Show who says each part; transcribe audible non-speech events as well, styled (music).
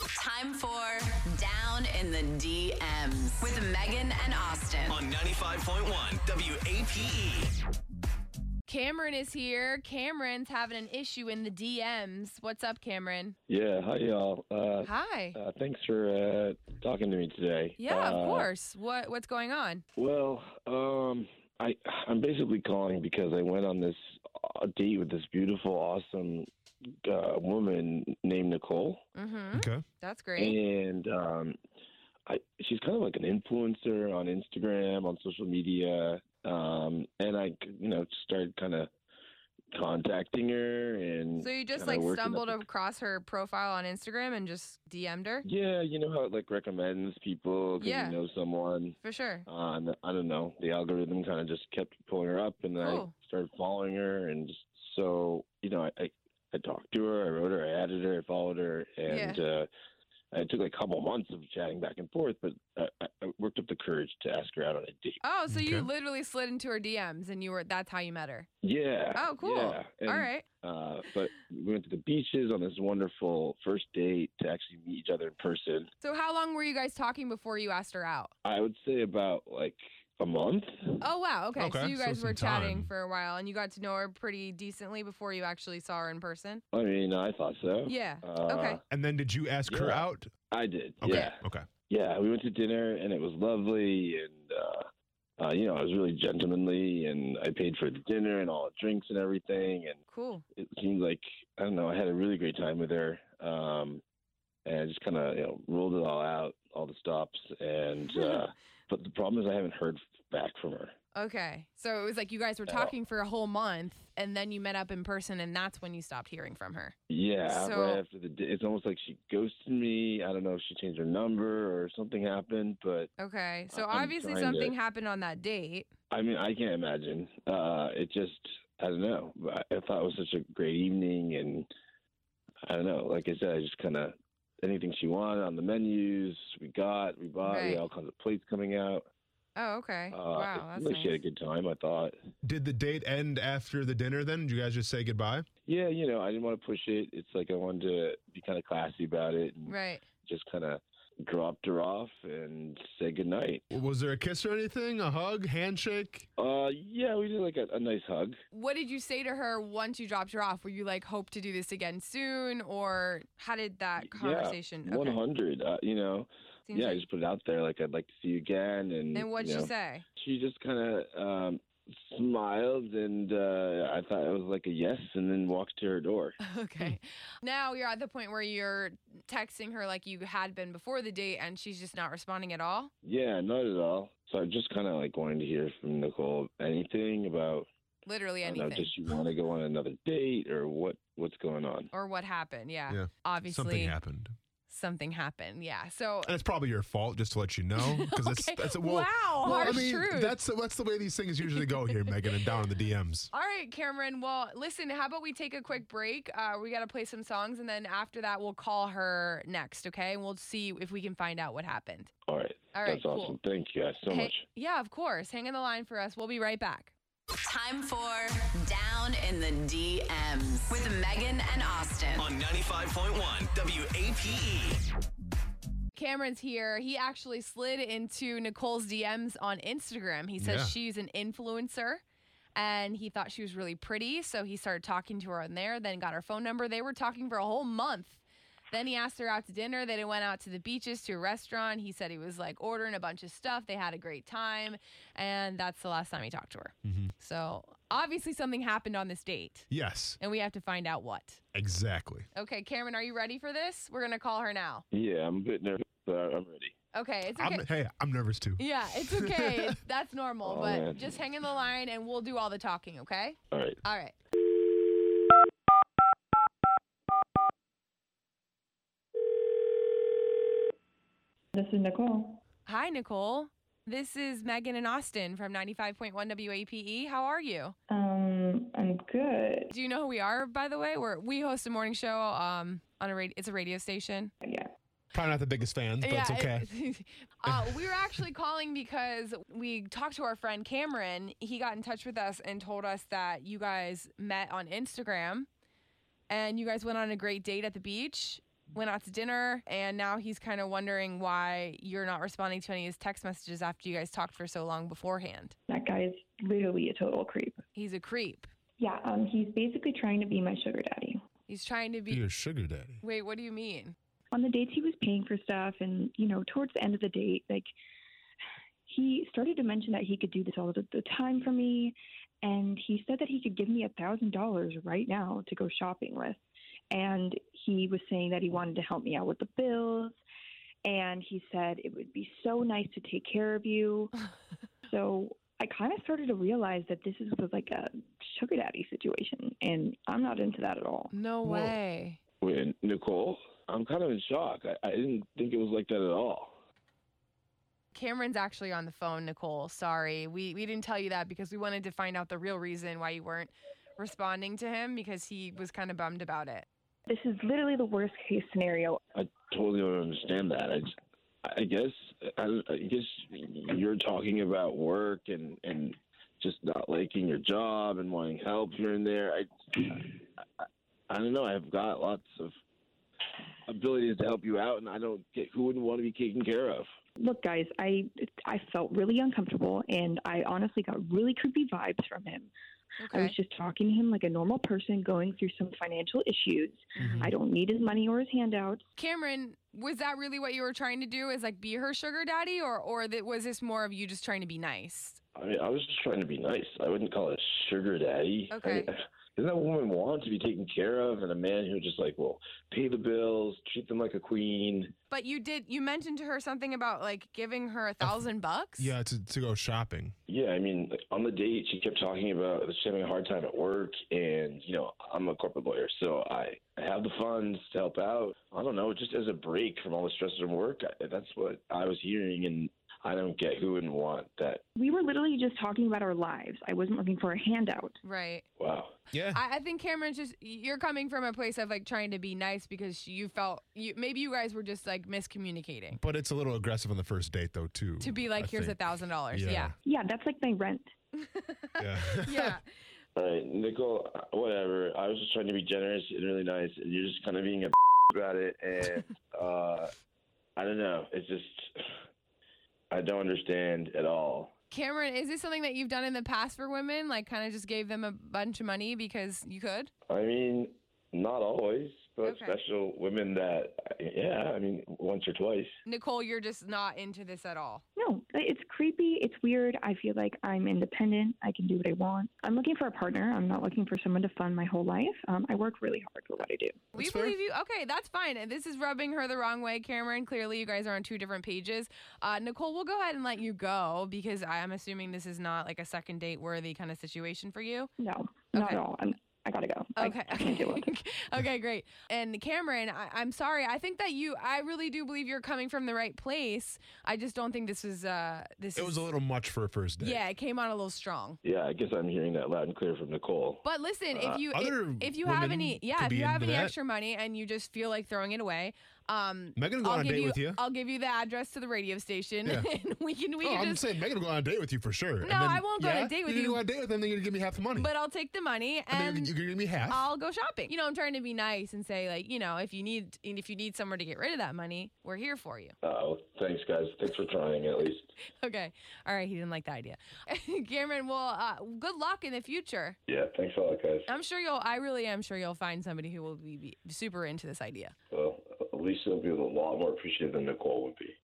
Speaker 1: Time for Down in the DMs with Megan and Austin.
Speaker 2: on 95.1 WAPE.
Speaker 3: Cameron is here. Cameron's having an issue in the DMs. What's up, Cameron?
Speaker 4: Yeah, hi y'all. Uh,
Speaker 3: Hi.
Speaker 4: uh, thanks for uh, talking to me today.
Speaker 3: Yeah,
Speaker 4: Uh,
Speaker 3: of course. What what's going on?
Speaker 4: Well, um, I I'm basically calling because I went on this uh, date with this beautiful, awesome uh, woman named Nicole,
Speaker 3: Mm-hmm.
Speaker 5: Okay.
Speaker 3: That's great.
Speaker 4: and um, I she's kind of like an influencer on Instagram, on social media, um, and I you know started kind of contacting her and
Speaker 3: So you just
Speaker 4: kinda
Speaker 3: like
Speaker 4: working up
Speaker 3: stumbled
Speaker 4: a
Speaker 3: across her profile on Instagram and just DM'd her?
Speaker 4: Yeah, you know how it like recommends people 'cause
Speaker 3: Yeah.
Speaker 4: you know someone.
Speaker 3: For sure.
Speaker 4: Uh, and I don't know. The algorithm kind of just kept pulling her up, and
Speaker 3: Cool.
Speaker 4: I started following her, and just, so you know, I, I I talked to her, I wrote her, I added her, I followed her, and uh, it took like a couple months of chatting back and forth, but I, I- I worked up the courage to ask her out on a date.
Speaker 3: Oh, so you
Speaker 5: Okay.
Speaker 3: literally slid into her DMs and you were that's how you met her.
Speaker 4: Yeah.
Speaker 3: Oh, cool.
Speaker 4: yeah. And,
Speaker 3: All right.
Speaker 4: Uh, but we went to the beaches on this wonderful first date to actually meet each other in person.
Speaker 3: So how long were you guys talking before you asked her out?
Speaker 4: I would say about like a month.
Speaker 3: Oh wow, okay. So
Speaker 5: Okay,
Speaker 3: you
Speaker 5: so
Speaker 3: guys
Speaker 5: some
Speaker 3: were chatting
Speaker 5: time.
Speaker 3: for a while and you got to know her pretty decently before you actually saw her in person?
Speaker 4: I mean, I thought so.
Speaker 3: Oh. Yeah.
Speaker 4: Uh,
Speaker 3: Okay.
Speaker 5: And then did you ask her
Speaker 4: Yeah.
Speaker 5: out?
Speaker 4: I did.
Speaker 5: Okay.
Speaker 4: Yeah.
Speaker 5: Okay.
Speaker 4: Yeah. We went to dinner and it was lovely. And, uh, uh, you know, I was really gentlemanly and I paid for the dinner and all the drinks and everything. And
Speaker 3: Cool.
Speaker 4: it seemed like, I don't know, I had a really great time with her. Um, and I just kind of, you know, rolled it all out, all the stops.
Speaker 5: (laughs)
Speaker 4: And, uh, but the problem is I haven't heard back from her.
Speaker 3: Okay. So it was like you guys were
Speaker 4: Oh.
Speaker 3: talking for a whole month and then you met up in person and that's when you stopped hearing from her.
Speaker 4: Yeah,
Speaker 3: So-
Speaker 4: right after the, di- it's almost like she ghosted me. I don't know if she changed her number or something happened, but
Speaker 3: Okay. So
Speaker 4: I'm
Speaker 3: obviously
Speaker 4: trying to-
Speaker 3: something happened on that date.
Speaker 4: I mean, I can't imagine. Uh, it just, I don't know. I I thought it was such a great evening, and I don't know. Like I said, I just kind of anything she wanted on the menus, we got, we bought, we
Speaker 3: Right.
Speaker 4: had all kinds of plates coming out.
Speaker 3: Oh, okay.
Speaker 4: Uh,
Speaker 3: wow,
Speaker 4: it
Speaker 3: that's
Speaker 4: seemed like
Speaker 3: nice.
Speaker 4: she had a good time. I thought.
Speaker 5: Did the date end after the dinner then? Did you guys just say goodbye?
Speaker 4: Yeah, you know, I didn't want to push it. It's like I wanted to be kind of classy about it, and
Speaker 3: Right.
Speaker 4: just kind of dropped her off and said goodnight.
Speaker 5: Was there a kiss or anything? A hug? Handshake?
Speaker 4: Uh, yeah, we did like a, a nice hug.
Speaker 3: What did you say to her once you dropped her off? Were you like hope to do this again soon or how did that
Speaker 4: Yeah,
Speaker 3: conversation
Speaker 4: One hundred. Uh, you know,
Speaker 3: Seems
Speaker 4: yeah, I
Speaker 3: like-
Speaker 4: just put it out there. Like I'd like to see you again, and
Speaker 3: and what'd
Speaker 4: you
Speaker 3: she
Speaker 4: know,
Speaker 3: say? (laughs)
Speaker 4: She just kind of um, smiled, and uh, I thought it was like a yes, and then walked to her door.
Speaker 3: Okay.
Speaker 4: Hmm.
Speaker 3: now you're at the point where you're texting her like you had been before the date and she's just not responding at all.
Speaker 4: Yeah, not at all. So I'm just kind of like wanting to hear from Nicole anything about
Speaker 3: Literally
Speaker 4: I don't
Speaker 3: anything.
Speaker 4: know, does she want to go on another date or what? What's going on?
Speaker 3: or what happened. Yeah.
Speaker 5: Yeah.
Speaker 3: Obviously,
Speaker 5: Something happened.
Speaker 3: something happened. Yeah. So,
Speaker 5: And it's probably your fault, just to let you know. Because
Speaker 3: (laughs) Okay.
Speaker 5: that's, that's well,
Speaker 3: wow,
Speaker 5: well,
Speaker 3: harsh
Speaker 5: I mean,
Speaker 3: truth.
Speaker 5: That's, that's the way these things usually go here, Megan, and down in the DMs.
Speaker 3: All right, Cameron. Well, listen, how about we take a quick break? Uh, we got to play some songs, and then after that, we'll call her next, okay? And we'll see if we can find out what happened.
Speaker 4: All right,
Speaker 3: All right,
Speaker 4: that's
Speaker 3: cool.
Speaker 4: awesome. Thank you guys so
Speaker 3: Hey-
Speaker 4: much.
Speaker 3: Yeah, of course. Hang on the line for us. We'll be right back.
Speaker 1: Time for Down in the DMs with Megan and Austin.
Speaker 2: On 95.1 WAPE.
Speaker 3: Cameron's here. He actually slid into Nicole's DMs on Instagram. He says
Speaker 5: Yeah.
Speaker 3: she's an influencer and he thought she was really pretty. So he started talking to her on there, then got her phone number. They were talking for a whole month. Then he asked her out to dinner. Then he went out to the beaches to a restaurant. He said he was like ordering a bunch of stuff. They had a great time. And that's the last time he talked to her.
Speaker 5: Mhm.
Speaker 3: So obviously something happened on this date
Speaker 5: Yes,
Speaker 3: and we have to find out what.
Speaker 5: exactly.
Speaker 3: Okay, Cameron, are you ready for this? We're going to call her now.
Speaker 4: Yeah, I'm a bit nervous, but I'm ready.
Speaker 3: Okay, it's okay.
Speaker 5: I'm, hey, I'm nervous too.
Speaker 3: Yeah, it's okay.
Speaker 4: (laughs)
Speaker 3: It's- That's normal,
Speaker 4: Oh,
Speaker 3: but
Speaker 4: man.
Speaker 3: just hang in the line and we'll do all the talking, okay?
Speaker 4: All right.
Speaker 3: All right.
Speaker 6: This is Nicole.
Speaker 3: Hi, Nicole. This is Megan and Austin from 95.1 WAPE. E. How are you?
Speaker 6: Um, I'm good.
Speaker 3: Do you know who we are, by the way? We're, we host a morning show um, on a radio. It's a radio station.
Speaker 6: Yeah.
Speaker 5: Probably not the biggest fans, but it's okay.
Speaker 3: it- (laughs) uh, we were actually calling because we talked to our friend Cameron. He got in touch with us and told us that you guys met on Instagram and you guys went on a great date at the beach. went out to dinner, and now he's kind of wondering why you're not responding to any of his text messages after you guys talked for so long beforehand.
Speaker 6: That guy is literally a total creep.
Speaker 3: He's a creep.
Speaker 6: Yeah, um, he's basically trying to be my sugar daddy.
Speaker 3: He's trying to be.
Speaker 5: Be a sugar daddy.
Speaker 3: Wait, what do you mean?
Speaker 6: On the dates, he was paying for stuff, and you know, towards the end of the date, like he started to mention that he could do this all the, the time for me, and he said that he could give me a thousand dollars right now to go shopping with, and he was saying that he wanted to help me out with the bills, and he said it would be so nice to take care of you. so I kind of started to realize that this is was like a sugar daddy situation, and I'm not into that at all.
Speaker 3: No
Speaker 5: Whoa.
Speaker 3: way.
Speaker 4: Wait, Nicole, I'm kind of in shock. I, I didn't think it was like that at all.
Speaker 3: Cameron's actually on the phone, Nicole. Sorry. We we didn't tell you that because we wanted to find out the real reason why you weren't responding to him because he was kind of bummed about it.
Speaker 6: This is literally the worst case scenario.
Speaker 4: I totally don't understand that. I, just- I guess I, I guess you're talking about work and and just not liking your job and wanting help here and there. I I, I don't know. I've got lots of abilities to help you out, and I don't get who wouldn't want to be taken care of.
Speaker 6: Look, guys, I I felt really uncomfortable, and I honestly got really creepy vibes from him. I was
Speaker 3: Okay.
Speaker 6: just talking to him like a normal person going through some financial issues.
Speaker 5: Mm-hmm.
Speaker 3: Mm-hmm.
Speaker 6: I don't need his money or his handouts.
Speaker 3: Cameron, was that really what you were trying to do? Is like be her sugar daddy or or that was this more of you just trying to be nice?
Speaker 4: I mean, I was just trying to be nice. I wouldn't call it sugar daddy. (laughs)
Speaker 3: Okay.
Speaker 4: I, doesn't that woman want to be taken care of, and a man who just like will pay the bills, treat them like a queen?
Speaker 3: But you did you mentioned to her something about like giving her a thousand bucks?
Speaker 5: Yeah, to, to go shopping.
Speaker 4: Yeah, I mean, like, on the date, she kept talking about she's having a hard time at work, and you know, I'm a corporate lawyer, so I, I have the funds to help out. I don't know, just as a break from all the stress from work. I, that's what I was hearing, and I don't get who wouldn't want that.
Speaker 6: We were literally just talking about our lives. I wasn't looking for a handout.
Speaker 3: Right.
Speaker 4: Wow.
Speaker 5: Yeah.
Speaker 3: I, I think Cameron's just you're coming from a place of like trying to be nice because you felt you maybe you guys were just like miscommunicating.
Speaker 5: but it's a little aggressive on the first date, though, too.
Speaker 3: To be like,
Speaker 5: I
Speaker 3: here's a
Speaker 5: think.
Speaker 3: thousand dollars.
Speaker 5: Yeah.
Speaker 3: Yeah.
Speaker 6: Yeah, that's like my rent.
Speaker 5: (laughs) Yeah.
Speaker 3: (laughs) Yeah.
Speaker 4: All right, Nicole, whatever. I was just trying to be generous and really nice, and you're just kind of being a (laughs) about it. And uh, I don't know. It's just, I don't understand at all.
Speaker 3: Cameron, is this something that you've done in the past for women? Like, kind of just gave them a bunch of money because you could?
Speaker 4: I mean, not always, but
Speaker 3: Okay.
Speaker 4: special women that, yeah, I mean, once or twice.
Speaker 3: Nicole, you're just not into this at all.
Speaker 6: No, it's creepy. It's weird. I feel like I'm independent. I can do what I want. I'm looking for a partner. I'm not looking for someone to fund my whole life. Um, I work really hard for what I do.
Speaker 3: We
Speaker 5: That's fair.
Speaker 3: believe you. Okay, that's fine. And This is rubbing her the wrong way, Cameron. Clearly, you guys are on two different pages. Uh, Nicole, we'll go ahead and let you go because I- I'm assuming this is not like a second date worthy kind of situation for you.
Speaker 6: No, not
Speaker 3: Okay.
Speaker 6: at all. I'm, I gotta go. I-
Speaker 3: Okay.
Speaker 6: I, can't deal with it.
Speaker 3: (laughs) okay, great. And Cameron, I, I'm sorry. I think that you, I really do believe you're coming from the right place. I just don't think this is, uh, this
Speaker 5: It was
Speaker 3: is,
Speaker 5: a little much for a first date.
Speaker 3: yeah, it came on a little strong.
Speaker 4: Yeah, I guess I'm hearing that loud and clear from Nicole.
Speaker 3: But listen,
Speaker 4: Uh,
Speaker 3: if you
Speaker 5: other
Speaker 3: if, if you have
Speaker 5: women
Speaker 3: any yeah,
Speaker 5: could
Speaker 3: if
Speaker 5: be
Speaker 3: you have
Speaker 5: into
Speaker 3: any
Speaker 5: that.
Speaker 3: extra money and you just feel like throwing it away, um
Speaker 5: Megan will go
Speaker 3: I'll
Speaker 5: on a
Speaker 3: give
Speaker 5: date
Speaker 3: you,
Speaker 5: with you.
Speaker 3: I'll give you the address to the radio station
Speaker 5: Yeah.
Speaker 3: (laughs) and we can we
Speaker 5: oh,
Speaker 3: can
Speaker 5: I'm
Speaker 3: just
Speaker 5: saying Megan will go on a date with you for sure.
Speaker 3: No, I won't go on a date
Speaker 5: you're You're
Speaker 3: with you.
Speaker 5: going to go on a date with him, then you're going to give me half the money.
Speaker 3: but I'll take the money
Speaker 5: and then
Speaker 3: and
Speaker 5: you're, going to give me half.
Speaker 3: I'll go shopping. You know, I'm trying to be nice and say like, you know, if you need and if you need somewhere to get rid of that money, we're here for you. (laughs)
Speaker 4: Oh, thanks, guys. Thanks for trying, at least.
Speaker 3: Okay. All right, he didn't like the idea. (laughs) Cameron, well, uh, good luck in the future.
Speaker 4: Yeah, thanks a lot, guys.
Speaker 3: I'm sure you'll I really am sure you'll find somebody who will be, be super into this idea.
Speaker 4: Well, at least they'll be a lot more appreciative than Nicole would be.